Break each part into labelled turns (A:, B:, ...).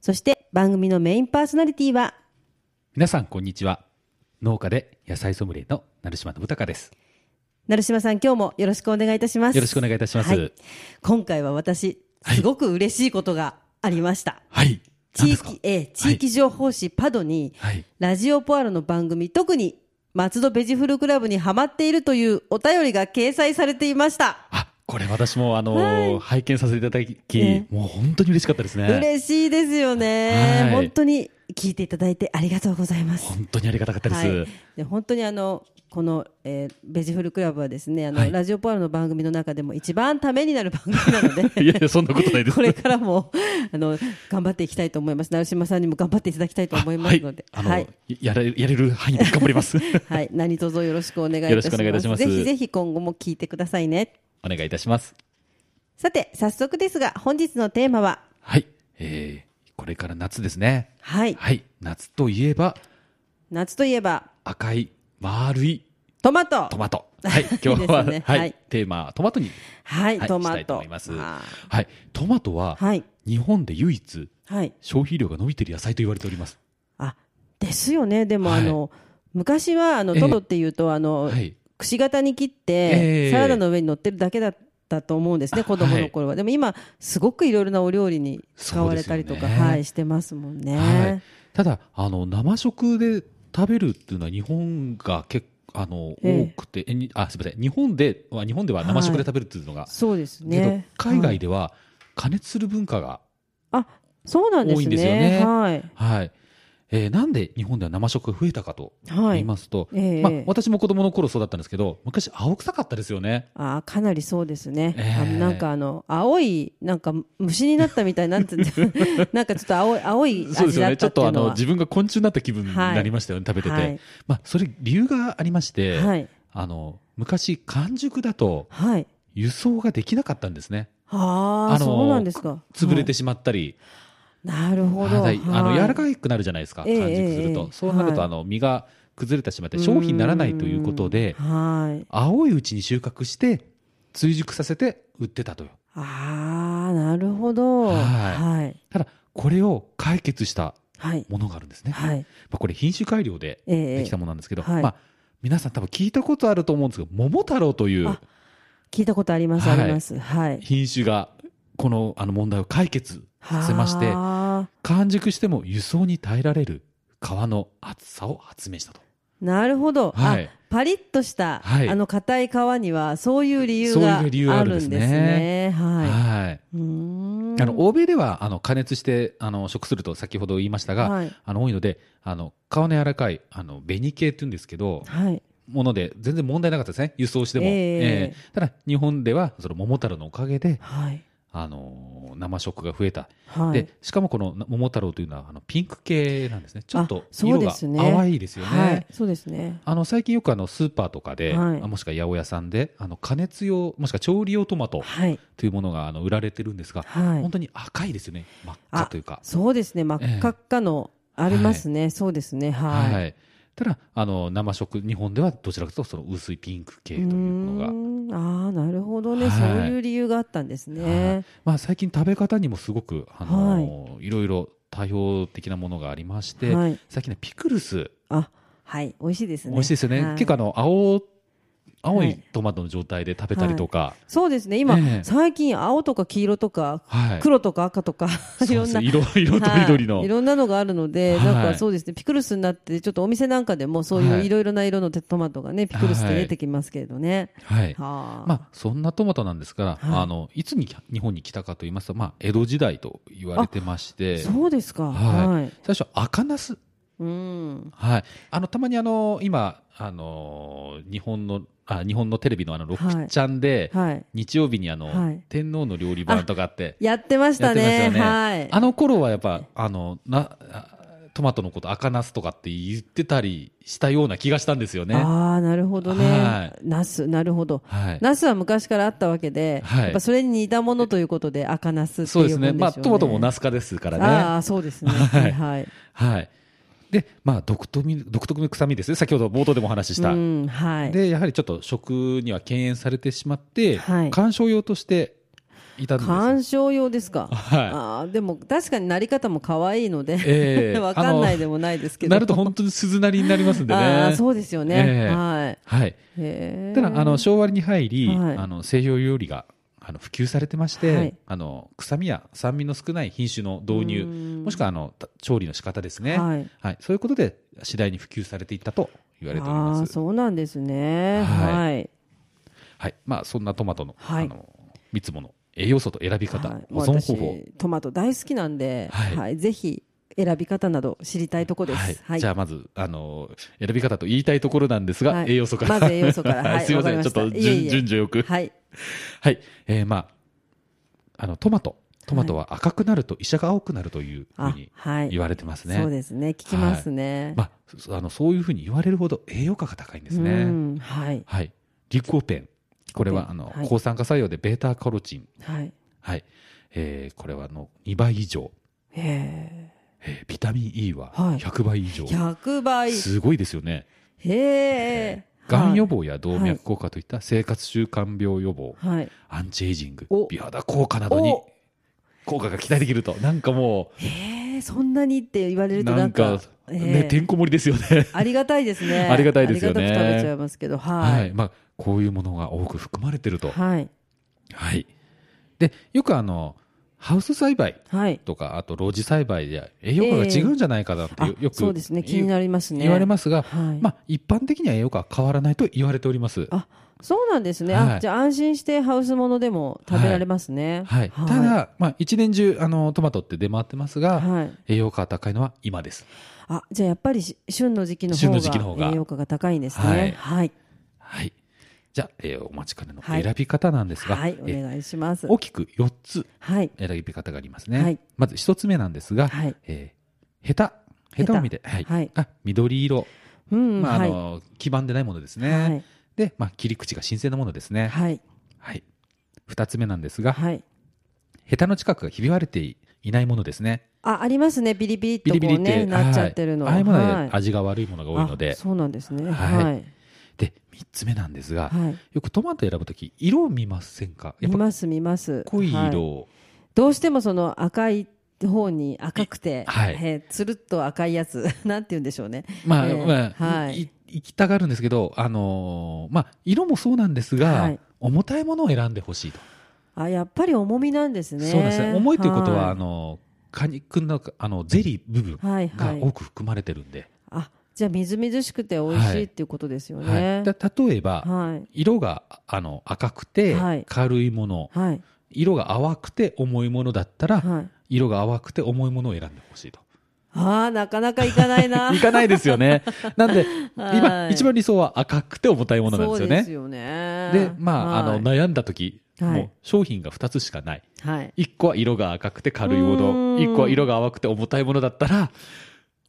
A: そして番組のメインパーソナリティは
B: 皆さんこんにちは農家で野菜ソムリエの成島信孝です
A: 成島さん今日もよろしくお願いいたします
B: よろしくお願いいたします
A: はい今回は私
B: はい
A: すごく嬉しいことがありました、
B: はい何
A: 地
B: ですか
A: 域ええ地域情報誌パドに、
B: はい
A: ラジオポアロの番組特に松戸ベジフルクラブにハマっているというお便りが掲載されていました、
B: あこれ私もあのー拝見させていただき、
A: ね
B: もう本当に嬉しかったですね
A: 嬉しいですよね、
B: はい
A: 本当に聞いていただいてありがとうございます
B: 本当にありがたかったです、
A: はい、で本当にあのこの、えーベジフルクラブはですねあの、
B: はい
A: ラジオポアロの番組の中でも一番ためになる番組なので
B: いやいやそんなことないです
A: これからもあの頑張っていきたいと思います成島さんにも頑張っていただきたいと思いますので
B: あはいあの、
A: はい
B: やれやれる範囲で頑張ります
A: はい、何卒よろしくお願いい
B: よろ
A: たし
B: しくお願いい
A: ま
B: た
A: す
B: します
A: ぜひぜひ今後も聞いてくださいね
B: お願いいたします
A: さて早速ですが本日のテーマは
B: はい、えー、これから夏ですね
A: はい
B: はい夏といえば
A: 夏といえば
B: 赤い丸い
A: トマト
B: トマトはい今日
A: いい
B: は、
A: ですね
B: はい
A: はい
B: テーマはトマトに
A: はい、
B: はい
A: トマ
B: し
A: ト
B: たいと思います
A: は
B: はいトマトは、
A: はい
B: 日本で唯一
A: いはい
B: 消費量が伸びている野菜と言われております。
A: あですよねでも、
B: はい
A: あの昔はあの
B: ええ
A: トドっていうとあの、
B: はい。
A: くし形に切って、
B: ええ
A: サラダの上に乗ってるだけだったと思うんですね
B: あ
A: 子供の頃は、でも今すごくいろいろなお料理に使われたりと
B: そ
A: か、
B: うですよね
A: はいしてますもんね、
B: はい。ただあの生食で食べるっていうのは日本が結構あの、
A: ええ
B: 多くて、えにあすみません。日本であ日本では生食で食べるっていうのが、
A: そうです
B: けど
A: ね
B: 海
A: は
B: 外
A: い
B: では加熱する文化が
A: あそうなんですね
B: 多いんですよね
A: はい
B: はい。えーなんで日本では生食が増えたかと
A: は
B: 言
A: い
B: いますと、
A: ええ
B: まあ私も子供の頃そうだったんですけど、昔青臭かったですよね。
A: あーかなりそうですね、
B: ええ
A: あのなんかあの青いなんか虫になったみたいななん てなんかちょっと青い青い
B: そうで
A: 味
B: すよ
A: だっ
B: ね。ち
A: た
B: ょ
A: っい
B: ってと
A: う
B: あ
A: の
B: の
A: は
B: 自分が昆虫になった気分になりましたよね、食べてて。
A: はい
B: まあそれ理由がありまして、
A: はい
B: あの昔完熟だと
A: はい
B: 輸送ができなかったんですね
A: ああ
B: あの
A: そうなんですか
B: 潰れて
A: はい
B: しまったり、
A: なるほど、
B: はいあの
A: はい
B: 柔らかくなるじゃないですか、
A: ええ
B: 完熟する
A: ええ
B: と、そうなると、
A: はい
B: あの身が崩れてしまって商品にならないということで
A: うーんはい。
B: 青いうちに収穫して追熟させて売ってたという
A: ああ、なるほど。
B: はい
A: はい。
B: ただこれを解決した
A: はい。
B: ものがあるんですね、
A: はい。
B: まあ、これ品種改良で
A: ええ
B: できたものなんですけど、
A: はい
B: まあ、皆さん多分聞いたことあると思うんですけど桃太郎という
A: あ聞いたことあります、
B: はい
A: あります。はい。
B: 品種がこのあの問題を解決させまして
A: はあ
B: 完熟しても輸送に耐えられる皮の厚さを発明したと。
A: なるほど。あ
B: はい
A: パリッとした、
B: はい
A: あの硬い皮には、そういう理由
B: そう
A: が
B: いう理由が
A: あ
B: あ
A: る
B: る
A: ん
B: ん
A: で
B: ですすね
A: ね。
B: はい。
A: はい。うーん
B: あの、欧米ではあの加熱してあの食すると先ほど言いましたが、
A: はい。
B: あの多いのであの皮の柔らかいあの紅系って言うんですけど
A: はい。
B: もので全然問題なかったですね輸送しても、
A: ええ
B: ええただ日本ではその桃太郎のおかげで、
A: はい。
B: あのー生食が増えた、
A: はい。
B: でしかもこの桃太郎というのはあのピンク系なんですねちょっ
A: あ
B: と
A: そう
B: 色
A: で
B: が
A: すね
B: 淡いですよね
A: はい。そうですね。
B: あの最近よくあのスーパーとかで、
A: はい
B: あもしくは八百屋さんであの加熱用もしくは調理用トマト
A: はい。
B: というものがあの売られてるんですが、
A: はい
B: 本。当に赤いですよね真っ赤というか。
A: そうですね。真っ赤っかの、ありますね。そうですね。はい。
B: はいただあの生食日本ではどちらかというとその薄いピンク系というものが
A: うーんああなるほどね、
B: はい
A: そういう理由があったんですね。
B: まあ、最近食べ方にもすごく、あのーい、ろいろ多様的なものがありまして、
A: はい、
B: 最近ねピクルス
A: あはい美味しいですね。
B: 美味しいですよね、
A: は
B: 結構あの青青
A: はい
B: いトマトの状態で食べたりとか、
A: そうですね今、
B: ええ
A: 最近青とか黄色とか
B: はい
A: 黒とか赤とか、
B: そう
A: い
B: で
A: ろん
B: す
A: な。
B: 色色とりどりの、
A: はい、いろんなのがあるので、
B: はい
A: なんかそうですね、ピクルスになって、ちょっとお店なんかでも、そうい
B: は
A: う
B: い
A: いろいろな色のトマトがね、ピクルスって出てきますけれどね。
B: は
A: は
B: い
A: あ、
B: まあ、そんなトマトなんですから、
A: はい
B: あのいつに日本に来たかと言いますと、まあ、江戸時代と言われてまして
A: そうですか、
B: はい
A: はい、
B: 最初赤ナス
A: ううん。
B: はい、あのたまにあの今あの日本のあ日本のテレビのあのロ
A: はい
B: ックちゃんで、
A: はい。
B: 日曜日にあの、
A: はい
B: 天皇の料理番とかあって
A: やってましたね。
B: やってましたよ
A: はい。
B: あの頃はやっぱあのなあトマトのこと赤ナスとかって言ってたりしたような気がしたんですよね。
A: ああ、なるほどね
B: は。
A: ナス、なるほど。
B: はい、
A: ナスは昔からあったわけで、
B: はい
A: やっぱそれに似たものということで赤ナスって
B: そうで
A: い
B: す
A: うも
B: ね
A: んでしょうね。
B: まあトマトもナス科ですからね。
A: ああ、そうですね。は、
B: はいい
A: はい。
B: はい、で、まあ、独特み独特の臭みですね先ほど冒頭でもお話しした、
A: うん、はい。
B: でやはりちょっと食には敬遠されてしまって、
A: はい
B: 鑑賞用としていたんですよ
A: 鑑賞用ですか。
B: はい
A: ああ、でも確かになり方も可愛いので、
B: ええ
A: わかんないでもないですけど。
B: なると本当に鈴なりになりますんでね
A: ああ、そうですよね。
B: ええ
A: はい。
B: はい
A: へえ。
B: ただあの昭和に入り、
A: はい
B: あの西洋料理があの普及されてまして、
A: はい
B: あの臭みや酸味の少ない品種の導
A: う
B: 入
A: ん
B: もしくはあのた調理の仕方ですね、
A: は
B: はいいそういうことで次第に普及されていったと言われており
A: あ
B: ま
A: あ、
B: す、
A: そうなんですね。は。
B: はいはいまあ、そんなトマトの,、
A: はい
B: あの3つもの栄養素と選び方、
A: はい
B: 保存方法、
A: 私トマト大好きなんで、
B: はい
A: はい、ぜひ選び方など知りたいとこです。
B: は
A: はいい、
B: じゃあまずあの選び方と言いたいところなんですが、
A: はい
B: 栄養素から
A: まず栄養素か らはい
B: すいま
A: わ
B: せ
A: かり
B: ん
A: ま
B: ちょ
A: し
B: ったと順
A: いえいえ
B: 順序よく
A: はい、
B: はい、えー、まあ、あのトマト、トマトは赤くなると医者が青くなるというふう
A: あ
B: に
A: はい
B: 言われてますね。
A: そうですね、聞きますね。
B: まあそ、あのそういうふうに言われるほど栄養価が高いんです
A: う
B: ね。
A: ん、はい、
B: はい、リコペン、これはあの、
A: はい
B: 抗酸化作用でベータカロチン、
A: はい、
B: はい、えーこれはあの2倍以上、
A: へ
B: えービタミン E は
A: はい
B: 100倍以上、
A: え、百倍、へ
B: すごいですよね。
A: え、
B: がん予
A: 防、
B: 防や動脈硬化といった生活習慣病予防、
A: はい、
B: アンチエイジング
A: お、
B: 美肌効果などに
A: お
B: 効果が期待できると、なんかもう。
A: へえ、そんなにって言われると
B: な
A: なんんか、
B: か、
A: え
B: ね、
A: え
B: てんこ盛りですよね。
A: ありがたいですね。
B: ありがたいですよね
A: ありがたく食べちゃいますけど、
B: は、
A: はいい、
B: まあ、こういうものが多く含まれてると。はい。
A: はい、
B: で、よくあの、ハウス栽培
A: はい、
B: とか、あと、露地栽培で栄養価が違うんじゃないかなってよ、
A: あ
B: よく
A: そうですね、気になりますね。
B: 言われますが、
A: はい、
B: まあ、一般的には栄養価は変わらないと言われております。
A: あそうなんですね、
B: は
A: あ
B: い
A: じゃあ安心してハウスものでも食べられますね、
B: はい。ただ、まあ、一年中、あの、トマトって出回ってますが、
A: はい、
B: 栄養価が高いのは今です。
A: あじゃあやっぱりし旬の時期の
B: 旬の時期の
A: 方
B: 方が
A: が栄養価が高いんです
B: は
A: ね
B: い
A: はい
B: はい。じゃあ、えーお待ちかねの
A: はい
B: 選び方なんですが、
A: はい、
B: えー
A: お願いします
B: 大きく4つ
A: はい
B: 選び方がありますね。
A: はい
B: まず一つ目なんですが、
A: はい
B: えーヘタ。ヘタを見て、はい
A: はい
B: あ緑色、
A: うん、
B: まああ
A: はい
B: の基盤でないものですね、
A: はい
B: で、まあ、切り口が新鮮なものですね、
A: はい
B: はい、2つ目なんですが、
A: はい
B: ヘタの近くがひび割れていないものですね
A: あありますねピリピリっと
B: ビ
A: こ
B: リ
A: う
B: ビリって、
A: ねなっちゃってるの
B: はいああいうもの
A: はい
B: は味が悪いものが多いの
A: あ
B: で,、
A: そうなんですね
B: はい
A: はい
B: で3つ目なんですが、
A: はい
B: よくトマト選ぶとき色を見ませんかやっ
A: 見
B: ぱ
A: ます見ます
B: 濃い
A: はい
B: 色を、
A: どうしてもその赤い方に赤くて、
B: はい
A: えーつるっと赤いやつ なんて言うんでしょうね
B: まあ、
A: ええ
B: まあ、
A: はい
B: い行きたがるんですけど、あのーまあ、色もそうなんですが、
A: はい
B: 重たいものを選んでほしいと、
A: あやっぱり重みなんですね。
B: そうなんですね。重いということは、
A: い
B: あのー果肉の中あのゼリー部分
A: はいは
B: が
A: い
B: 多。く含まれてるんで、
A: あじゃあみずみずしくて美味しいっていうことですよ
B: はい
A: ね。
B: だ例えば、
A: はい
B: 色があの赤くて
A: はい
B: 軽いもの、
A: はい
B: 色が淡くて重いものだったら、
A: はい。
B: 色が淡くて重いものを選んでほしいと。
A: ああなかなかいかない な。
B: いかないです よね。なんで、
A: はい
B: 今、一番理想は赤くて重たいものなんです
A: そ
B: よ
A: うで
B: ね
A: す。よね。
B: でまあ、
A: はい
B: あの悩んだ時、
A: はい
B: もう商品が2つしかない
A: はい
B: 1個は色が赤くて軽いも
A: うー
B: の
A: ん
B: 1個は色が淡くて重たいものだったら、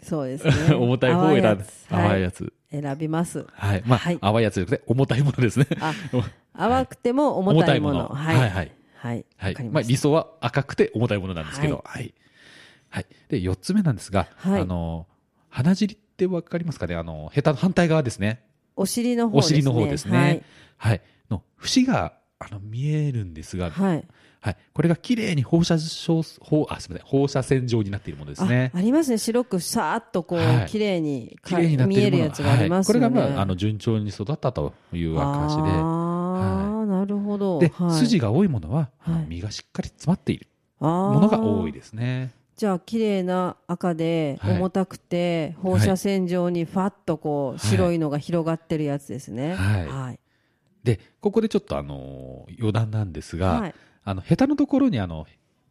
A: そうですね。
B: 重たい方を選
A: 淡
B: ぶ
A: やつ
B: 淡い
A: は
B: やつ
A: い選びます。
B: はい、まあ、
A: はい
B: 淡いやつじゃなくて重たいもので すね
A: あ
B: 重
A: 淡くても重たいもの。
B: 重た
A: はいい
B: ものはいはい
A: はいわ
B: はい
A: かり
B: ま
A: ま
B: あ、
A: し
B: 理想は赤くて重たいものなんですけどはい、はいで4つ目なんですが、
A: はい
B: あの鼻尻って分かりますかねあのヘタの反対側ですね
A: た。お尻の方
B: お
A: ですね。
B: 尻の方ですね
A: は
B: はいい、の節があの見えるんですが、
A: はい。
B: はい、これが綺麗に放射照放あすみません放射線状になっているものです
A: あ
B: ね
A: あ。りますね白くさーっとこう、
B: はい
A: 綺麗に
B: 綺麗になって
A: 見
B: い
A: える
B: るもの
A: やつがありますよね。
B: はい、これがまああの順調に育ったという証で、
A: ああ、なるほど。
B: で、
A: はい
B: 筋が多いものは、あの
A: はい
B: 身がしっかり詰まっている
A: も
B: ものが多いですね。
A: じゃあ綺麗な赤で
B: はい
A: 重たくて、放射線状にファッとこう
B: い
A: 白いのが広がってるやつですね。
B: はい
A: はい
B: で、ここでちょっとあのー余談なんですが、
A: はい
B: あのヘタのところにあの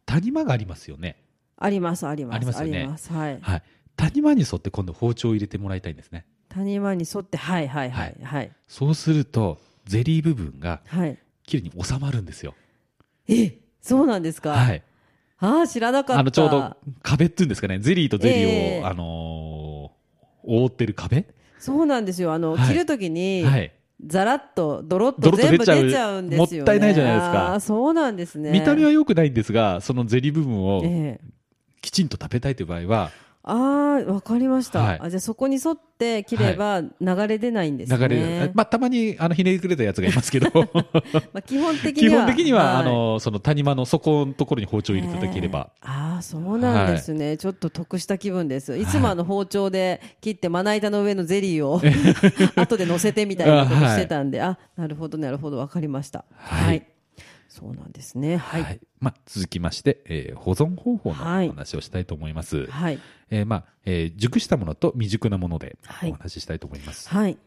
B: 谷間がありますよね。
A: ありますあります
B: ありますよね
A: ありますはい
B: はい。谷間に沿って今度包丁を入れてもらいたいんですね。
A: 谷間に沿って、はいはいはい。はい。
B: そうすると、ゼリー部分が
A: はい。
B: 綺麗に収まるんですよ。
A: え、そうなんですか。
B: はい。
A: ああ、知らなかった。
B: あの、ちょうど壁っていうんですかね、ゼリーとゼリーを、
A: ええ
B: あのー覆ってる壁
A: そうなんですよ。あの、
B: はい
A: 切るときに、
B: はい。
A: ザラッと、ドロッ
B: ド
A: と
B: ロッと
A: 全部
B: 出ちゃう
A: 出ちゃうんですよ、ね。
B: もったいないじゃないですか
A: あーそうなんですね。
B: 見た目は良くないんですが、そのゼリー部分を
A: ええ
B: きちんと食べたいという場合は、
A: ああ、わかりました、
B: はい
A: あ。じゃあそこに沿って切れば流れ出ないんですね。
B: 流れる、まあ、たまにあのひねりくれたやつがいます けど、
A: まあ、基本的に
B: 基
A: は。
B: 本的には、
A: はい
B: あのその谷間の底のところに包丁を入れていただければ、
A: ええああそうなんですね、ちょっと得した気分ですいつもあの包丁で切ってまな板の上のゼリー を後で乗せてみたいなことしてたんで、あなるほどなるほどわかりました
B: はい
A: そうなんですねは
B: はいい
A: はい、
B: まあ、続きまして、えー保存方法のお
A: はい
B: 話をしたいと思います、
A: はい、
B: えーまあえー熟したものと未熟なもので
A: はい
B: お話ししたいと思います、はい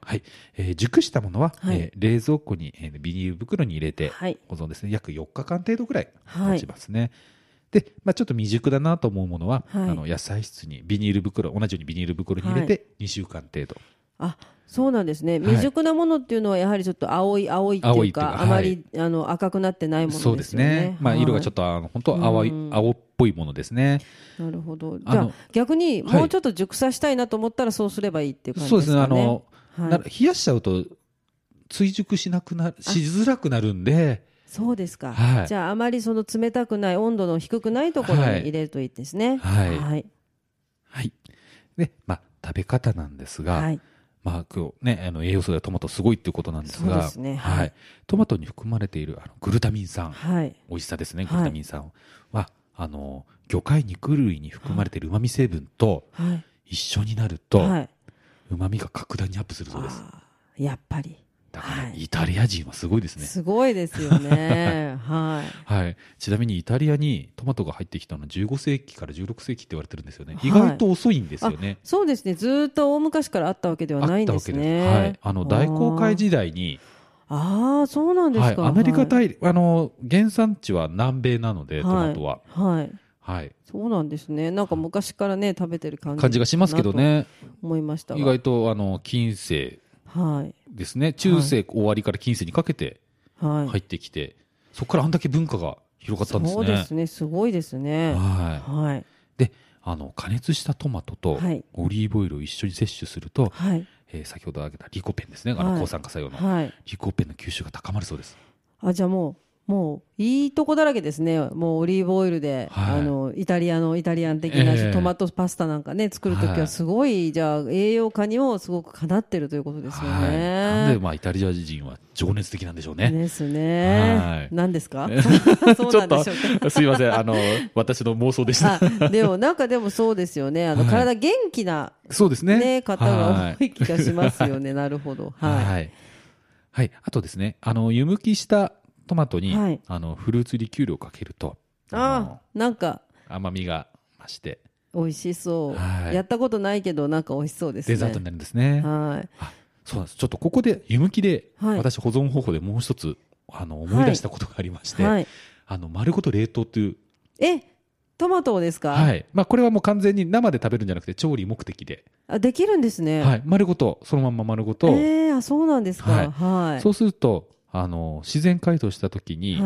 B: えー熟したものは、
A: はい
B: えー冷蔵庫に、えービニール袋に入れて
A: はい
B: 保存ですね、約4日間程度ぐらい
A: はい
B: 持ちますね、でまあ、ちょっと未熟だなと思うものは、
A: はい
B: あの野菜室にビニール袋同じようにビニール袋に入れて2週間程度、
A: あそうなんですね
B: い
A: 未熟なものっていうのはやはりちょっと青い青いって
B: 青
A: い
B: いうっていう
A: か
B: か
A: あまり、あの赤くなってないものですよね
B: そうですね、まあ、色がちょっ
A: っ
B: とあの本当青い、青っぽいものですね
A: となるほどじ
B: あ
A: ゃ
B: の
A: あ逆に
B: はい
A: もうちょっと熟さしたいなと思ったらそうすればいいっていう感じ
B: そう
A: で
B: です
A: す
B: ね
A: かね
B: あの、
A: はい
B: なる冷やしちゃうと追熟しなくなしづらくなるんで
A: そうですか、
B: はい
A: じゃああまりその冷たくない温度の低くないところに
B: はい
A: 入れるといいですね
B: はい
A: はい
B: はいでまあ食べ方なんですが、
A: はい
B: まあ今日ねあの栄養素ではトマトすごいっていうことなんですが
A: そうですね
B: はい
A: はい
B: トマトに含まれているあのグルタミン酸
A: はい
B: 美味しさですね
A: はい
B: グルタミン酸は、あの魚介肉類に含まれているうまみ成分と
A: はい
B: 一緒になると
A: はい、
B: うまみが格段にアップするそうです、
A: あーやっぱり
B: だから、
A: はい
B: イタリア人はすごいですね
A: すごいですよ ねは
B: はい、ちなみにイタリアにトマトが入ってきたのは15世紀から16世紀って言われてるんですよね、
A: はい
B: 意外と遅いんですよね
A: いそうですねずーっと大昔からあったわけではないんですね
B: はい、あの大航海時代に、
A: ああそうなんで
B: は
A: す
B: い、
A: か、
B: アメリカ大陸、あの原産地は南米なので、トマトは、
A: はい、はい
B: はい、
A: そうなんですねなんか昔からね食べてる感じ
B: 感じがしますけどね、
A: なと思いましたが
B: 意外とあの近世
A: はい
B: ですね、中世終わりから近世にかけて
A: はい、
B: 入ってきて、そこからあんだけ文化が広がったんですね。
A: そうですねすごいですね
B: はい
A: はい
B: であの加熱したトマトと
A: はい
B: オリーブオイルを一緒に摂取すると、
A: はい
B: えー先ほど挙げたリコペンですね、あの
A: はい
B: 抗酸化作用の、
A: はい
B: リコペンの吸収が高まるそうです。
A: あじゃあもうもういいとこだらけですねもうオリーブオイルで、
B: はい
A: あのイタリアのイタリアン的な、
B: ええ
A: トマトパスタなんかね作るとき
B: は
A: はいすごい、じゃあ栄養価にもすごくかなってるということですよ
B: はい、なんで、
A: ね。
B: まあ、イタリア人は情熱的なんでしょうね。
A: ですね。
B: はい
A: 何ですか
B: ち
A: そう
B: ょ
A: な
B: っ
A: んで
B: と
A: しょうか、
B: すいません、あの、私の妄想でした。
A: あでもなんかでもそうですよねあの、
B: はい
A: 体元気な、
B: そうですね。
A: ね、方が多い気がしますよ
B: ね。
A: ねなるほど
B: はい。
A: はい、
B: はい。はいあとですね、あの、湯むきしたトマトに、
A: はい
B: あの、フルーツリキュールをかけると、
A: あーなんか
B: あの甘みが増して、
A: 美味しそう、
B: はい
A: やったことないけどなんか美味しそうですね
B: デザートになるんですね。
A: はい
B: あそうなんです。ちょっとここで、湯むきで、
A: はい
B: 私保存方法でもう一つ、あの、思い出したことがありまして、
A: はい、
B: あの、丸ごと冷凍という、
A: えトマトをですか、
B: はい。まあ、これはもう完全に生で食べるんじゃなくて、調理目的で、
A: あできるんですね、
B: はい。丸ごと、そのまんま丸ごと、
A: えー、あそうなんですかは
B: はいい
A: はい
B: そうすると、あの、自然解凍した時に、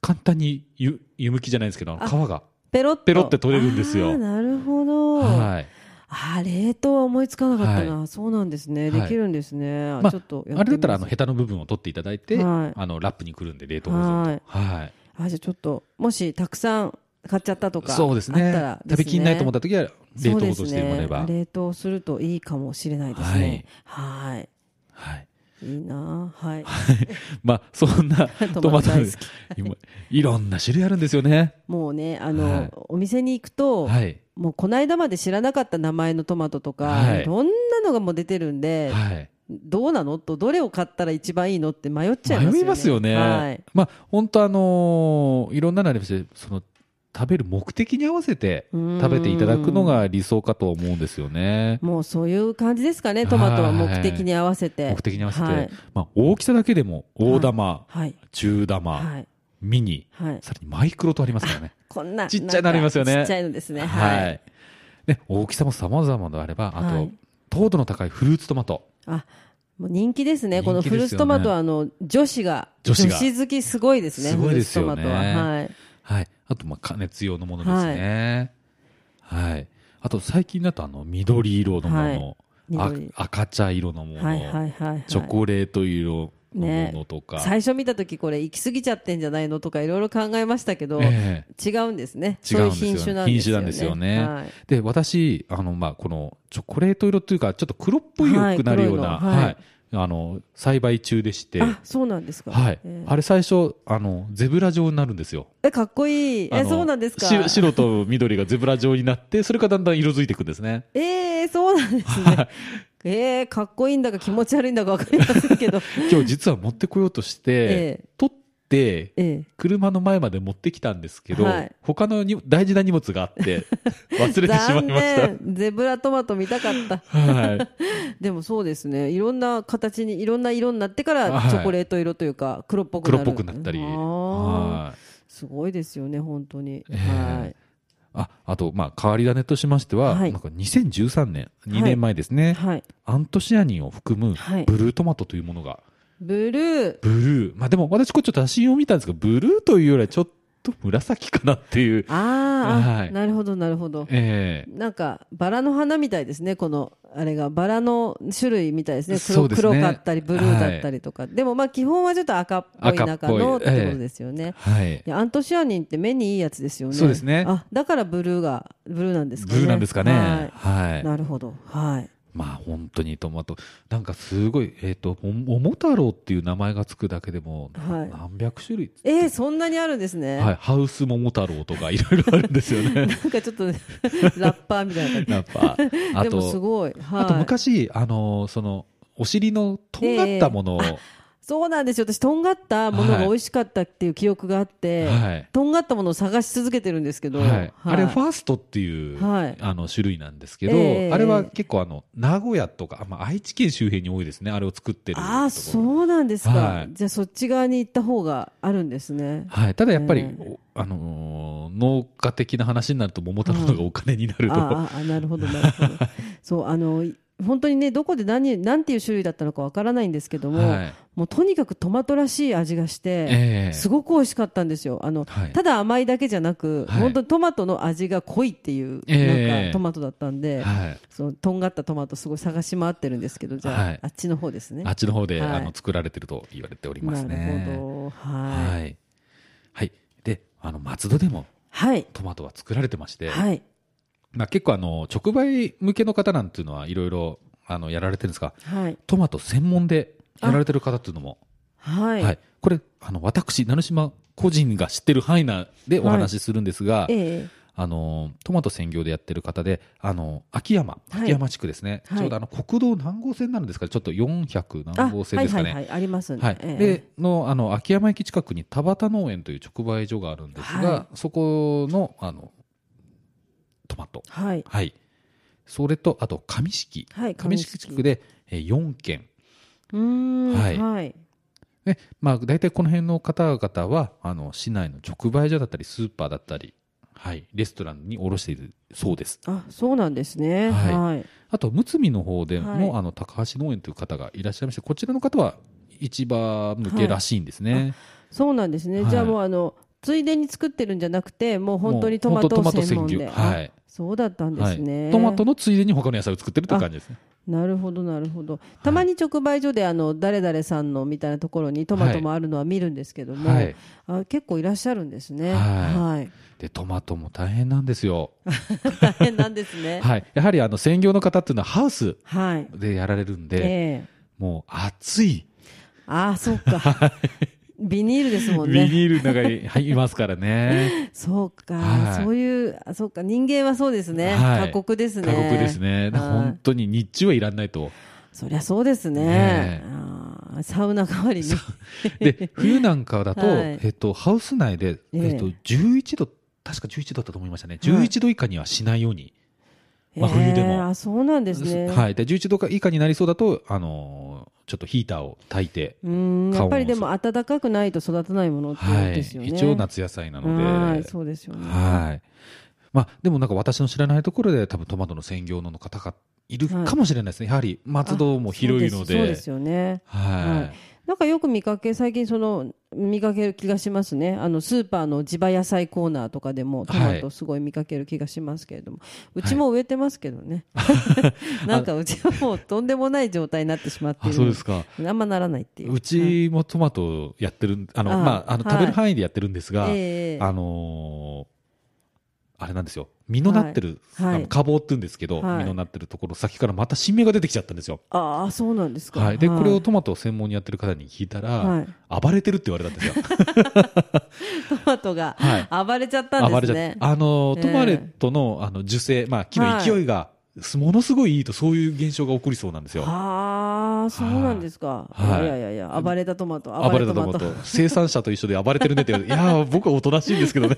B: 簡単に湯湯むきじゃないんですけど、あの皮が。
A: ペロッと
B: ペロッて取れるんですよ
A: あーなるほど、
B: はい。
A: あ冷凍は思いつかなかったな、そうなんですね
B: はい
A: できるんですね、
B: まあ
A: ちょっとや
B: あれだったら、あの、
A: の
B: ヘタの部分を取っていただいて、
A: はい
B: あの、ラップにくるんで冷凍保存と。はい。
A: あじゃあちょっともしたくさん買っちゃったとか
B: そうです
A: あっ
B: ね
A: たらですね
B: 食べきんないと思った時は、冷凍保
A: そ
B: 存
A: うです
B: してもらえば。
A: ね、冷凍するといいかもしれないですねはい
B: はい。
A: いいなあはい
B: まあ、そんな
A: ト
B: ト
A: マ
B: マ
A: ト
B: ト
A: 大好き
B: 今いろんな種類あるんですよね。
A: もうねあの、
B: はい
A: お店に行くと、
B: はい。
A: もうこの間まで知らなかった名前のトマトとか、
B: はい
A: いろんなのがもう出てるんで、
B: はい。
A: どうなのとどれを買ったら一番いいのって迷っちゃいますよね。
B: 迷いますよね。
A: はい、
B: まあ、本当あのーいろんなのありまして、その、食べる目的に合わせて
A: うん
B: 食べていただくのが理想かと思うんですよね。
A: もうそういう感じですかねトマトは目的に合わせて。
B: 目的に合わせて、
A: はい
B: まあ、大きさだけでも大玉、
A: はい
B: 中玉、
A: はい
B: ミニ、
A: はい
B: さらにマイクロとありますからね。
A: こんな
B: ちっちゃいのありますよね
A: なんかちっちゃいのですね。はい、
B: はいね、大きさも様々であれば、あと、
A: はい
B: 糖度の高いフルーツトマト。
A: あもう人気ですね、この
B: 人気
A: フ
B: で
A: ルーツ
B: すよね
A: トマトはあの女子が
B: 女子が
A: 好きすごいですね、
B: すごいですよね
A: フルーツトマトは。はい、
B: はい。あと、まあ、加熱用のものですね。はい。あと、最近だと、あの、緑色のもの、
A: はい緑
B: あ赤茶色のもの、
A: はいはいはいはい
B: チョコレート色のものとか。
A: 最初見た時これ行き過ぎちゃってんじゃないのとかいろいろ考えましたけど、
B: ええ
A: 違うんですね
B: 違うんです
A: そういう品種
B: よ
A: な
B: ね。
A: んで
B: 品
A: す
B: 種
A: よ
B: なん
A: ね
B: ですよね。
A: はい
B: で、私、あの、まあ、この、チョコレート色というか、ちょっと黒っぽい
A: はい
B: くなるような、
A: 黒いのはい
B: はい。あの、栽培中でして、
A: あそうなんですか、
B: はい
A: え。ー
B: あれ最初、あの、ゼブラ状になるんですよ。
A: えかっこいい
B: あ
A: え
B: の
A: そうなんですか
B: し白と緑がゼブラ状になって、それがだんだん色づいていくんです ね。
A: えー、そうなんです ねえー、かっこいいんだか気持ち悪いんだかわかりませんけ ど
B: 今日実は持ってこようとして、
A: ええ
B: 取って、
A: え
B: 車の前まで持ってきたんですけど、
A: はい
B: 他のに大事な荷物があ って、忘
A: え
B: れてしまい
A: 残
B: ました。
A: 念ゼブラトマト見たかった
B: はい。
A: でもそうですねいろんな形にいろんな色になってから
B: はい
A: チョコレート色というか黒っぽくな
B: 黒
A: る
B: っぽくなったり。
A: あー
B: はい。
A: すごいですよね本当に、
B: えー
A: はい
B: ああと、まあ、変わり種としましては、
A: はい
B: なんか2013年、
A: はい
B: 2年前ですね、
A: はい
B: アントシアニンを含む
A: はい
B: ブルートマトというものが、
A: ブルー
B: ブルー、まあ、でも私、これちょっと写真を見たんですが、ブルーというよりはちょっと紫かなっていう、
A: あーあ、
B: はい
A: なるほどなるほど
B: ええ
A: なんかバラの花みたいですねこのあれがバラの種類みたいですね
B: そ
A: 黒
B: うですね
A: 黒かったりブルーだったりとか、でもまあ基本はちょっと赤っぽい
B: 赤っ
A: 中
B: ぽい
A: のってこ
B: え
A: と
B: え
A: ですよね、
B: はい
A: い、やアントシアニンって目にいいやつですよね
B: そうですね
A: あだからブルーがブルーなんですか
B: ブ
A: ね
B: ルーなんですかね。
A: はい
B: はい
A: なるほどはい
B: まあ本当にトマト、なんかすごい、えっ、と、も桃太郎っていう名前がつくだけでも、
A: はい
B: 何百種類、
A: えー、そんなにあるんですね、
B: はい、ハウス桃太郎とかいろいろあるんですよね。
A: なんかちょっとラッパーみたいな感じ
B: やっぱ。あ
A: でもす
B: と、
A: ごい、はい、
B: あと昔、あのーその、お尻のとんがったものを、
A: そうなんですよ私とんがったものが美味しかったっていう記憶があって、
B: はい
A: とんがったものを探し続けてるんですけど、
B: はい、あれフ
A: ァ
B: ァーストっていう、
A: はい
B: あの種類なんですけど、
A: ええ
B: あれは結構あの名古屋とか、まあ、愛知県周辺に多いですねあれを作ってるところ
A: ああそうなんですか、
B: はい
A: じゃあそっち側に行った方があるんですね
B: はい、ただやっぱり、
A: ええ
B: おあのー農家的な話になると桃太郎の方がお金になると、
A: あーあーなるほどなるほ どそうあの本当にねどこで何何ていう種類だったのかわからないんですけども、
B: はい
A: もうとにかくトマトらしい味がして、
B: ええ
A: すごく美味しかったんですよあの、
B: はい
A: ただ甘いだけじゃなく、
B: はい
A: 本当にトマトの味が濃いっていう、
B: ええ
A: なんかトマトだったんで、
B: はい、
A: そのとんがったトマトすごい探し回ってるんですけどじゃあ、
B: はい
A: あっちの方ですね
B: あっちの方で、
A: はい
B: あの作られてると言われておりますね
A: な。るほど
B: は
A: はい
B: い、はい、であの松戸でも
A: はい
B: トマトは作られてまして、
A: はい
B: まあ、結構あの直売向けの方なんていうのはいろいろあのやられてるんですが
A: はい
B: トマト専門でやられてる方っていうのも、
A: は
B: はいいこれあの私成島個人が知ってる範囲内でお話しするんですが、
A: ええ
B: あのトマト専業でやってる方であの秋山
A: はい
B: 秋山地区ですね、
A: はい
B: ちょうどあの国道何号線になるんですかねちょっと400
A: あ
B: 何号線
A: は
B: で
A: い
B: すか
A: は
B: ね。
A: いはいありますね、
B: はい、
A: ええ
B: でのあの秋山駅近くに田畑農園という直売所があるんですが、
A: は
B: そこのあのトマト、
A: はい
B: はい、それとあと上敷、
A: はい
B: 上敷地区でえー4軒、
A: うーんは
B: はいい
A: はい
B: ねまあ、大体この辺の方々はあの市内の直売所だったりスーパーだったり、はい、レストランに卸しているそうです
A: あそうなんですね
B: はい
A: はい
B: あとむつみの方でも、
A: はい
B: あの高橋農園という方がいらっしゃいましてこちらの方は市場向けらしいんですね、
A: そうなんですね、
B: はい
A: じゃあもうあのついでに作ってるんじゃなくてもう本当にトマ
B: もう
A: ト
B: 本当トマト
A: 専門で
B: 専業はい
A: あそうだったんですね、
B: はい、トマトのついでに他の野菜を作ってるという感じですね。
A: なるほどなるほどたまに直売所であの誰々さんのみたいなところにトマトもあるのは見るんですけども、
B: はい、
A: あ結構いらっしゃるんですねは、
B: はいでトマトも大変なんですよ、
A: 大変なんですね
B: はい、やはりあの専業の方っていうのはハウス
A: はい
B: でやられるんで、
A: ええ
B: もう暑い
A: ああそっかビニールですも
B: ビ
A: んね
B: ニールの中にはいいますか らね
A: そうか、
B: はい
A: そういうあそうか人間はそうですね、
B: はい
A: 過酷ですね
B: 過酷ですね、
A: はい
B: 本当に日中はいらないと
A: そりゃそうですね
B: ねえ
A: あーサウナ代わりに
B: で冬なんかだと,、
A: はい
B: えっとハウス内で、
A: え
B: え
A: え
B: っと11度確か11度だったと思いましたね
A: はい
B: 11度以下にはしないように、まあ冬でも
A: えーあそうなんですね
B: はい、で11度以下になりそうだと、あのーちょっとヒーターを焚いて
A: うーんやっぱりでも
B: 顔
A: 暖かくないと育たないものって
B: は
A: こと
B: い、
A: ですよね、
B: 一応夏野菜なので、
A: はいそうですよね
B: はい。まあ、でもなんか私の知らないところで多分トマトの専業の方がいる
A: はい
B: かもしれないですね、やはり松戸も広いので
A: そうですよね。
B: はい、
A: はいなんかよく見かけ、最近その、見かける気がしますね。あの、スーパーの地場野菜コーナーとかでも、トマ
B: は
A: ト
B: い
A: すごい見かける気がしますけれども、うちも植えてますけど ね。なんかうちはもうとんでもない状態になってしまってい
B: あ
A: る。
B: そうですか
A: あんまならないっていう。
B: うちもトマトやってるんあの
A: あー
B: まあ、あの
A: はい
B: 食べる範囲でやってるんですが、
A: ええ
B: あのーあれなんですよ実のなってる、
A: はい
B: あ
A: はい
B: のカボっていうんですけど、
A: はい
B: 実のなってるところ先からまた新芽が出てきちゃったんですよ、
A: ああ、そうなんですか。
B: はい、でこれをトマトを専門にやってる方に聞いた
A: は
B: ら、 暴れてるって言われたんですよ
A: トマトが
B: は
A: 暴れちゃったん
B: 暴
A: です
B: れちゃっ
A: ね
B: て。あの
A: ええ
B: トマレットのあの受精、まあ、木の勢いが、すものすごいいいとそういう現象が起こりそうなんですよ
A: ああ、そうなんですか。
B: はい
A: いやいやいや、暴れたトマト、
B: 暴れたトマト生産者と一緒で暴れてるねって言われていやー僕はおとなしいんですけどね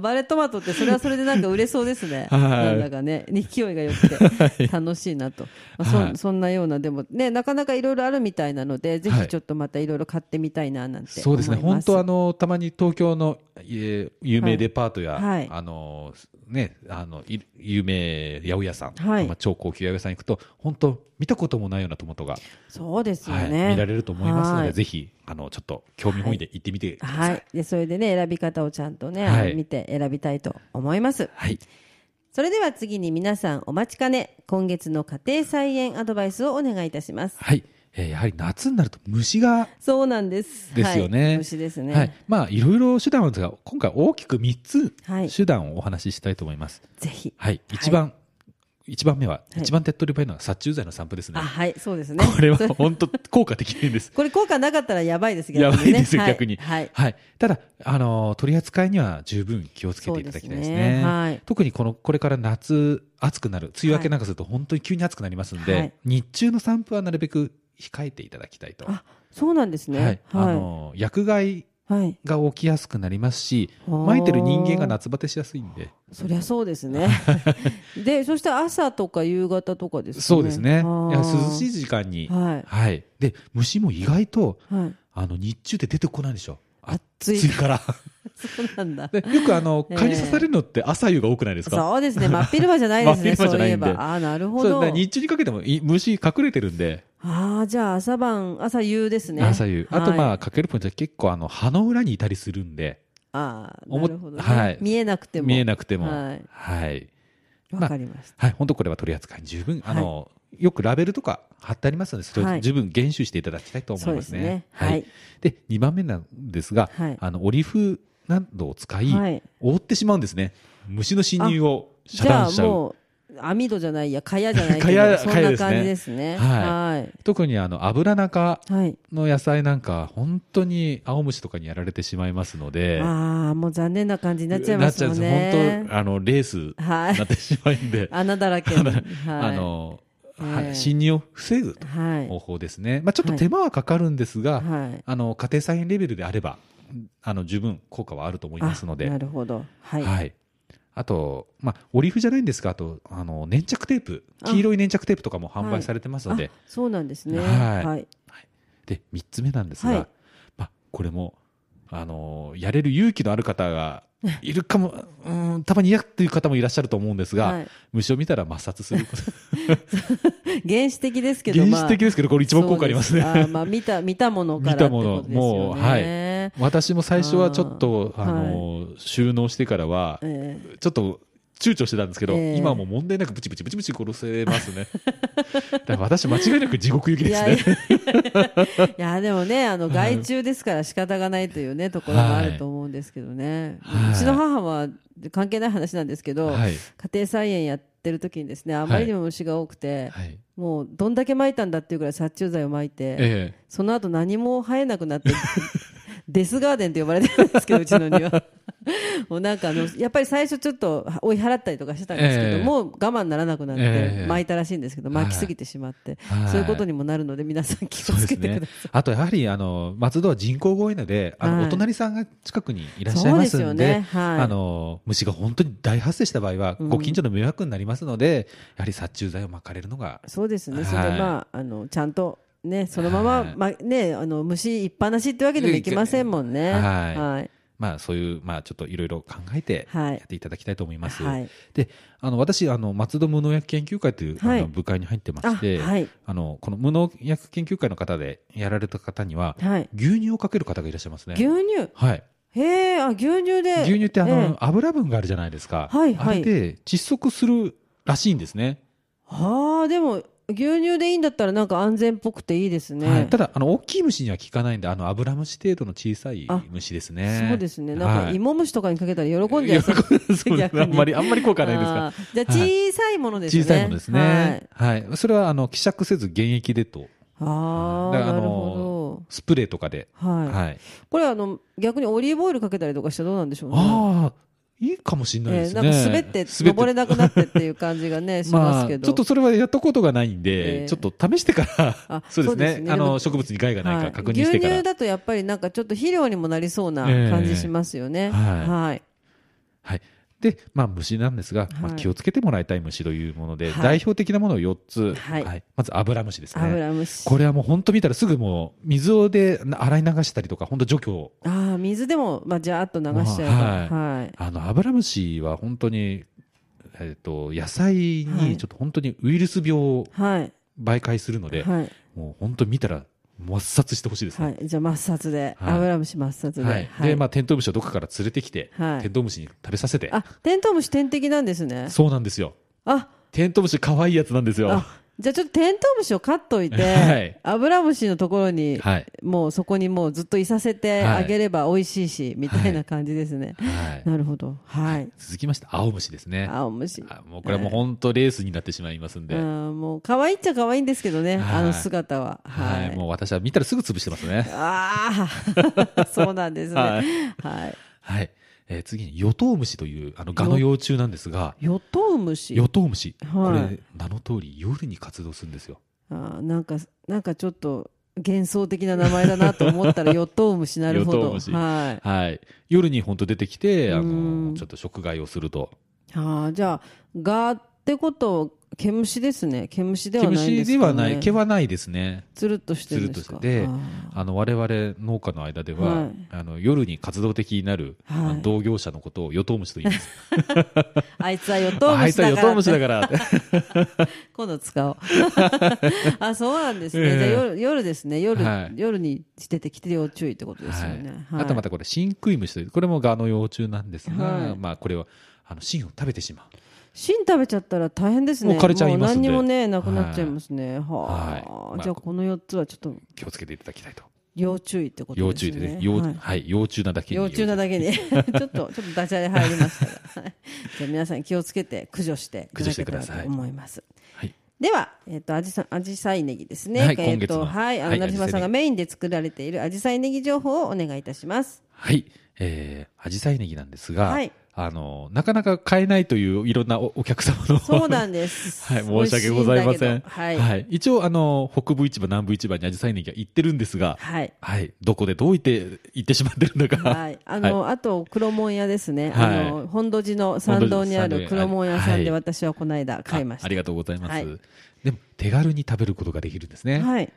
A: 暴れトマトってそれはそれでなんか売れそうですね
B: 。はい
A: なんだかね、勢いが良くて楽しいなと。まあそん
B: はい
A: そんなような、でもね、なかなかいろいろあるみたいなので、ぜ
B: は
A: ひ
B: い
A: ちょっとまたいろいろ買ってみたいななんて
B: そうですね
A: 思いま
B: 本当あのたまに東京の、えー有名デパートや、
A: はいはい
B: あのねあのい有名八百屋さん、
A: はい
B: まあ、超高級八百屋さん行くと本当見たこともないようなトマトが、
A: そうですよ
B: はい
A: ね。
B: 見られると思いますので、
A: はい
B: ぜひあのちょっと興味本位で行ってみてください。は
A: はいい。で、それでね、選び方をちゃんとね、
B: はい
A: あの見て選びたいと思います。それでは次に皆さんお待ちかね、今月の家庭菜園アドバイスをお願いいたします。
B: はいえーやはり夏になると虫が
A: そうなんです。
B: ですよね。
A: はい、虫ですね。
B: はい。まあ、いろいろ手段はあるんですが、今回大きく3つ
A: はい
B: 手段をお話ししたいと思います。
A: ぜひ。
B: はい。一番、一番目は、
A: い
B: 一番手っ取り早いのは殺虫剤の散布ですね
A: あ、。はい、そうですね。
B: こ れは
A: そ
B: 本当効果的なんです。
A: これ効果なかったらやばいですけど
B: や
A: ね。
B: ばいですよ、
A: は
B: 逆に。
A: はい。
B: ただ、あのー取り扱いには十分気をつけていただきたいです
A: そうです
B: ね。
A: ねはい
B: 特にこの、これから夏、暑くなる、梅雨明けなんかすると本当に急に暑くなりますんで、
A: はい
B: 日中の散布はなるべく控えていただきたいと。
A: あ、そうなんです
B: は
A: ね
B: い。。あ
A: は
B: のー薬害
A: い。はい。
B: が起きやすくなりますし、
A: あー
B: 巻いてる人間が夏バテしやすいんで、
A: そりゃそうです ね。で、そして朝とか夕方とかですかね。
B: そうですね、
A: あー
B: いや涼しい時間に、はい
A: は
B: で虫も意外と
A: い。はい。
B: あの日中って出てこないでしょ、
A: 暑い。
B: 暑いから。
A: そうなんだ。
B: でよくあの
A: ええ
B: 蚊に刺されるのって朝夕が多くないですか、
A: そうですね。真っ昼間じゃないですね。
B: 真っ昼
A: そ
B: 間じゃ
A: う
B: ないい
A: え
B: んで
A: ば。ああ、なるほ
B: そうだ
A: ど
B: から。日中にかけてもい虫隠れてるんで、
A: ああ、じゃあ朝晩、朝夕ですね。
B: 朝夕、あとま
A: はい
B: あ、かけるポイントは結構あの葉の裏にいたりするんで、
A: ああ、
B: お
A: な
B: も
A: るほどね。
B: はい
A: 見えなくても。
B: 見えなくても、
A: はい
B: はい
A: わかりました。
B: はい、本当これは取り扱いに十分、あの、よくラベルとか貼ってありますので、それ
A: は
B: を
A: い
B: 十分厳守していただきたいと思います
A: そ
B: ね。
A: うですねはい。
B: で、2番目なんですが、
A: はい
B: あの、オリフなどを使い、
A: はい
B: 覆ってしまうんですね。虫の侵入を遮
A: じゃ
B: 断
A: あ
B: しちゃう。
A: もう、網戸じゃないや、蚊帳じゃないけど
B: 蚊帳
A: そん
B: 蚊
A: な
B: 帳ですね
A: 感じですね。
B: は
A: はい。
B: 特にあの、油中
A: はい。
B: の野菜なんか、本当に青虫とかにやられてしまいますので、
A: ああ、もう残念な感じになっちゃいますもんね
B: 本。当、あの、レースに
A: はい
B: なってしま うんで、
A: 穴だらけの。はい。
B: あの、
A: え
B: は
A: え
B: い、侵入を防ぐと
A: はい。
B: 方法ですね。まあちょっ
A: は
B: と
A: い
B: 手間はかかるんですが、
A: はい。
B: あの家庭菜園レベルであれば、あの十分効果はあると思いますので、
A: あなるほど。はい。
B: はいあと、まあ、オリーフじゃないんですが、あとあの粘着テープ、黄色い粘着テープとかも販
A: はい
B: 売されてますので、
A: あそうなんですね。
B: はい
A: はい。
B: で3つ目なんですが、
A: はい
B: まあ、これも、あのやれる勇気のある 方がいるかも、うんたまに嫌っていう方もいらっしゃると思うんですが、
A: はい
B: 虫を見たら抹殺すること、
A: 原始的です けど、
B: 原
A: まあ
B: 始的ですけど、これ、一番効果ありますね。
A: そうであーまあ、見た、見たものから
B: 見たもの
A: ってことですよね
B: もうはい
A: え
B: 私も最初はちょっと、
A: あー
B: あの収納してからは、
A: え
B: ちょっと躊躇してたんですけど、
A: ええ
B: 今はもう問題なくブチブチブチブチ殺せますね。 だから私間違いなく地獄行き
A: い
B: です
A: やい
B: ね。
A: や いやでもねあの害虫ですから仕方がないというねところもあると思うんですけどね、
B: はいう
A: ちの母は関係ない話なんですけど、
B: はい。
A: 家庭菜園やってる時にですねあまりにも虫が多くて、
B: はい。
A: もうどんだけ撒いたんだっていうぐらい殺虫剤を撒いて、
B: え
A: その後何も生えなくなって デスガーデンと呼ばれてるんです けどうちの庭もうなんかあのやっぱり最初ちょっと追い払ったりとかしてたんですけど、
B: ええ
A: もう我慢ならなくなって
B: ええ
A: 撒いたらしいんですけど
B: はい
A: 撒きすぎてしまって、
B: はい
A: そういうことにもなるので皆さん
B: え
A: 気を
B: そうで
A: つ
B: す
A: けてください
B: ね。 あとやはり、あの、松戸は人口が多いので、あの、
A: はい
B: お隣さんが近くにいらっしゃいます
A: そうんですよね
B: で、
A: はい
B: あの、虫が本当に大発生した場合は、
A: うん
B: ご近所の迷惑になりますので、やはり殺虫剤をまかれるのが、
A: そうですね、
B: はい
A: それでまあ、あのちゃんと、ね、そのまま、
B: はい
A: まあね、あの虫いっぱなしってわけでもいきませんもんね。
B: はい
A: はい
B: まあ、そういう、まあ、ちょっといろいろ考えて
A: は
B: や
A: い
B: っていただきたいと思います。
A: はい。
B: で、あの、私、あの、松戸無農薬研究会という、
A: はい
B: あの部会に入ってま
A: あ、
B: して、あ,、
A: はい。
B: の、この無農薬研究会の方でやられた方には、
A: はい。
B: 牛乳をかける方がいらっしゃいますね。
A: 牛乳。
B: はい。
A: へえ、あ、牛乳で。
B: 牛乳ってあの、
A: ええ
B: 油分があるじゃないですか。
A: はいはい
B: あれで窒息するらしいんですね。
A: はあ、でも、牛乳でいいんだったら、なんか安全っぽくていいですね。
B: はい、ただあの大きい虫には効かないんであのアブラムシ程度の小さい
A: あ
B: 虫ですね
A: そうですね。なんか、
B: はい
A: 芋虫とかにかけたら喜んじゃいそう。
B: 喜んでそうです
A: 逆に
B: あんまりあんまり効果ないですか
A: あーじゃあ、小さいものですね。
B: 小さいものですねはい、それはあの希釈せず原液でと
A: はい。あ
B: だ
A: あ、
B: か
A: な
B: らあの
A: るほ
B: スプレーとかで、
A: ど。はい。
B: はい、
A: これ、あの、逆にオリーブオイルかけたりとかしたらどうなんでしょうね。
B: ああいいかもしれないで
A: え
B: す
A: ー
B: ね、
A: なんか滑って登れなくなってっていう感じがねしま
B: ますあ、ちょ
A: け
B: っ
A: ど、
B: とそれはやったことがないんで、
A: ええ
B: ちょっと試してから
A: あ
B: そうですね
A: そうですね
B: あ
A: で
B: の
A: も
B: 植物に害がない
A: は
B: か
A: い
B: 確認してから、
A: 牛乳だとやっぱりなんかちょっと肥料にもなりそうな
B: ええ
A: 感じしますよね、
B: はい
A: はい
B: で、まあ、虫なんですが、まあ、
A: はい
B: 気をつけてもらいたい虫というもので、
A: はい
B: 代表的なものを4つ、
A: はい
B: まずアブラムシです
A: アブ
B: ね。
A: ラムシ
B: これはもう本当見たらすぐもう水をで洗い流したりとか本当除去
A: あー水でも、まあ、じゃーっと流しちゃえば、はい
B: あのアブラムシは本当に、えっと野菜
A: は
B: に
A: い
B: ちょっと本当にウイルス病を
A: はい
B: 媒介するので、
A: はい
B: もう本当見たら抹殺してほしいです
A: は
B: ね。
A: いじゃあ抹殺で、
B: はい
A: アブラムシ抹殺で、
B: はいでまあ、テントウムシをどこかから連れてきて、
A: はい
B: テントウムシに食べさせて
A: あテントウムシ天敵なんですね
B: そうなんですよ
A: あ
B: テントウムシ可愛いやつなんですよ。は
A: あじゃあちょっとテントウムシを飼っといて、
B: はい
A: アブラムシのところに、
B: い、
A: もうそこにもうずっといさせてあげれば美味しいし、みたいな感じですね、
B: はい、
A: なるほど。はい。
B: 続きまして青虫ですね
A: 青虫。
B: あもうこれはもう本当レースになってしまいますん
A: あ
B: で、
A: ーもう可愛いっちゃ可愛いんですけどね、
B: はい
A: あの姿は。
B: は、
A: はいい。
B: もう私は見たらすぐ潰してま すね
A: ああ、 そうなんですね。
B: は
A: はいい。
B: はい、えー次にヨトウムシというあのガの幼虫なんですが
A: ヨトウムシ。
B: ヨトウムシ、
A: はい
B: これ名の通り夜に活動するんですよ
A: あーなんか、なんかちょっと幻想的な名前だなと思った ら、ヨトウムシ、なるほ
B: ヨトウ
A: ど。
B: ムシ
A: はい。
B: はい夜に本当出てきてあ
A: う
B: の
A: ん
B: ちょっと食害をすると
A: ああ、じゃあ、ガーってこと、毛虫ですね。毛虫で
B: 毛
A: はないん
B: 虫
A: です
B: で
A: か、ね。
B: はない毛はないですね
A: つるっとしてるんですか。
B: つるっとしてて
A: あ
B: あの我々農家の間では、
A: はい
B: あの夜に活動的になる、
A: はい
B: あの同業者のことをヨトウムシと言います
A: ーあいつはヨトウ
B: あ
A: ム
B: い
A: シ
B: つは
A: だ
B: ヨ
A: からっ
B: トウ
A: て
B: ムシだからって
A: 今度使お う。あ、そうなんですね。
B: ええ
A: じゃあ夜夜ですね。夜、
B: はい
A: 夜にしててきて要注意ってことですよね。
B: はいあと
A: た。
B: またこれ真食い虫というこれもガの幼虫なんですが、
A: はい
B: まあ、これはあの芯を食べてしまう
A: 芯食べちゃったら大変ですね。
B: もう枯れちゃいますんで
A: もう何にもね、なくなっちゃいますね。はあ、
B: はい
A: じゃあこの4つはちょっと
B: 気をつけていただきたいと
A: 要注意ってこと
B: 幼
A: です
B: 虫
A: ね。
B: でね幼,、
A: は
B: はいい幼虫なだけに
A: 幼虫なだけに ちょっとちょっとダジャレ入りましたが、はいじゃあ皆さん気をつけて駆除していただけたらと思います
B: はい
A: では、えっとアジサアジサイネギですね、
B: はい
A: え
B: 今
A: っ
B: 月
A: と
B: の
A: はいあの
B: はい
A: 成島さんがメインで作られているアジサイネギ情報をお願いいたし ます
B: はいえー、アジサイネギなんですが、
A: はい
B: あのなかなか買えないといういろんなおお客様の
A: そうなん
B: は
A: で
B: い、
A: す
B: 申し訳ございま
A: 美味し
B: せ
A: い
B: ん
A: だけどはい
B: は
A: はい、
B: い、一応あの北部市場南部市場にアジサイネギが行ってるんですが、
A: はい
B: はい、どこでどういって行ってしまってるんだか、
A: あの、あと黒門屋ですね、あ
B: は
A: の本土寺の参道にある黒門屋さんで私はこの間買いまし
B: ああ
A: た
B: りがとうございます、
A: はい
B: でも手軽に食べることができるんですね
A: はい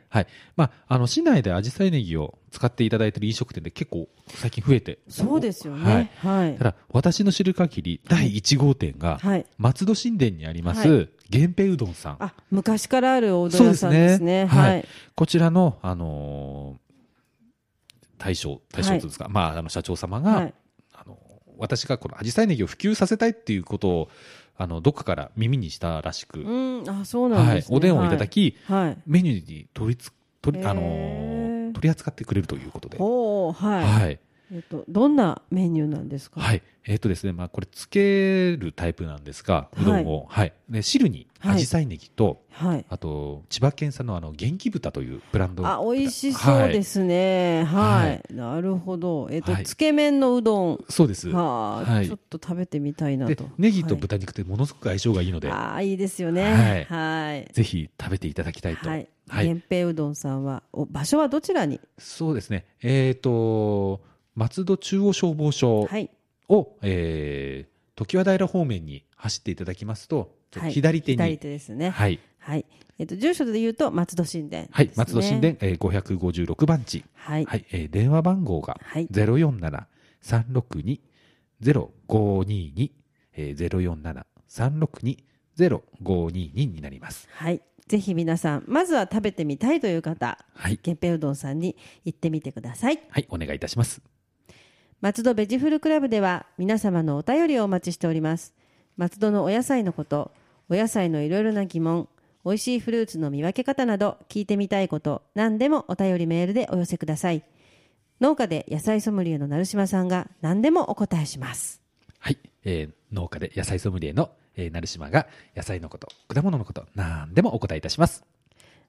B: まあ、あの市内でアジサイネギを使っていただいている飲食店で結構最近増えて
A: そうですよ
B: はい
A: ねはい
B: ただ私の知る限り第1号店が
A: はい
B: 松戸新田にあります、
A: は
B: 源平うどんさん
A: あ昔からあるおうどん屋さんですね。
B: はい
A: はい。
B: こちらの、あのー大将大将っていうんですか、まあ、あの社長様が、
A: はい。
B: あの私がこのアジサイネギを普及させたいっていうことをあのどっかから耳にしたらしく、
A: うん、あ、そうなん
B: は
A: で
B: い
A: す、ね。
B: おでんをいただき、
A: はい。はい。
B: メニューに取りつ取り、あの
A: へ
B: ー
A: ー
B: 取り扱ってくれるということで。
A: おお、はい。
B: はい。
A: えっと、どんなメニューなんですか。
B: はい。えっ、とですね、まあ、これ、つけるタイプなんですが、
A: はいう
B: どんを。はい。で汁に、
A: はい
B: アジサイネギと、
A: はい。
B: あと、千葉県産の、あの、元気豚というブランド。。
A: あ、美味しそうですすね。
B: はい
A: はい。なるほど。えっと、
B: はい
A: つけ麺のうどん。
B: そうです。
A: は
B: は
A: あ、
B: い
A: ちょっと食べてみたいな
B: で
A: と。、
B: ネギと豚肉ってものすごく相性がいいので、
A: ああー、いいですよね。はい。
B: ぜひ食べていただきたいと。
A: はい。
B: はい
A: 源平うどんさんは、お場所はどちらに。
B: そうですね。えっ、と、松戸中央消防署。
A: はい。
B: を、えー、常盤平方面に走っていただきますと、ちょっと
A: はい
B: 左手に、は
A: 左
B: い、
A: 手ですね。
B: はい、
A: はい。えっと、住所で言うと、松戸神殿ですね。
B: 松戸新田、えー、556番地、
A: はい。
B: はい、えー電話番号が
A: はい
B: 047 362-0522、えー、047-362-0522になります。
A: はい。ぜひ皆さん、まずは食べてみたいという方、
B: はい。
A: 源平うどんさんに行ってみてください。
B: はい、お願いいたします。
A: 松戸ベジフルクラブでは皆様のお便りをお待ちしております松戸のお野菜のことお野菜のいろいろな疑問おいしいフルーツの見分け方など聞いてみたいこと何でもお便りメールでお寄せください農家で野菜ソムリエの成島さんが何でもお答えします
B: はい、えー農家で野菜ソムリエの、えー、成島が野菜のこと、果物のこと、何でもお答えいたします。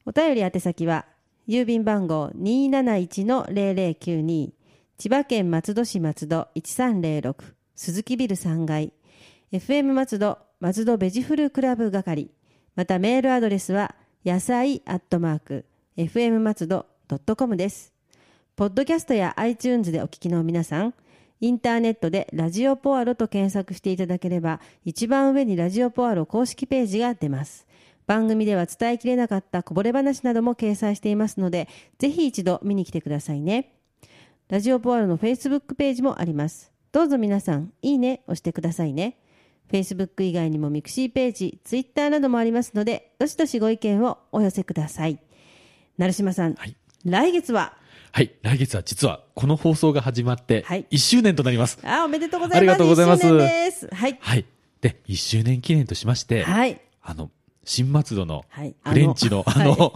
A: お便り宛先は郵便番号271-0092千葉県松戸市松戸1306鈴木ビル3階 FM 松戸松戸ベジフルクラブ係またメールアドレスは野菜アットマーク FM 松戸 .com ですポッドキャストや iTunes でお聞きの皆さん、インターネットでラジオポアロと検索していただければ、一番上にラジオポアロ公式ページが出ます。番組では伝えきれなかったこぼれ話なども掲載していますので、ぜひ一度見に来てくださいね。ラジオポアロの Facebook ページもあります。どうぞ皆さん、いいね押してくださいね。Facebook 以外にもミクシーページ、Twitter などもありますので、どしどしご意見をお寄せください。成島さん、
B: はい
A: 来月は
B: はい、来月は実はこの放送が始まって
A: はい
B: 1周年となります。
A: あ、おめでとうございます。
B: ありがとうございます
A: 一周年です。はい。
B: はい。で、1周年記念としまして、
A: はい。
B: あの、新松戸の
A: はいあの
B: フレンチの、あの、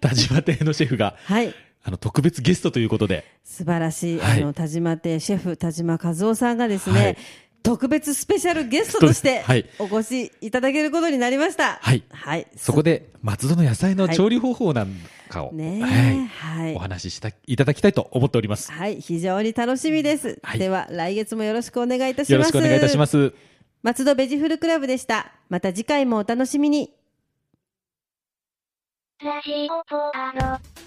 B: 田島亭のシェフが、
A: はい。
B: あの、特別ゲストということで、
A: 素晴らしい、
B: はい
A: あの、田島亭シェフ、田島和夫さんがですね、
B: はい
A: 特別スペシャルゲストとして
B: そうで、
A: お越しいただけることになりました。
B: はい
A: はい。
B: そこで松戸の野菜の
A: はい
B: 調理方法なんかを、
A: ねえ
B: はい
A: はい
B: お話ししたいただきたいと思っております。
A: はい。非常に楽しみです。
B: はい
A: では、来月もよろしくお願いいたします。。
B: よろしくお願いいたしますす。
A: 松戸ベジフルクラブでした。また次回もお楽しみに。
C: ラジオポアド。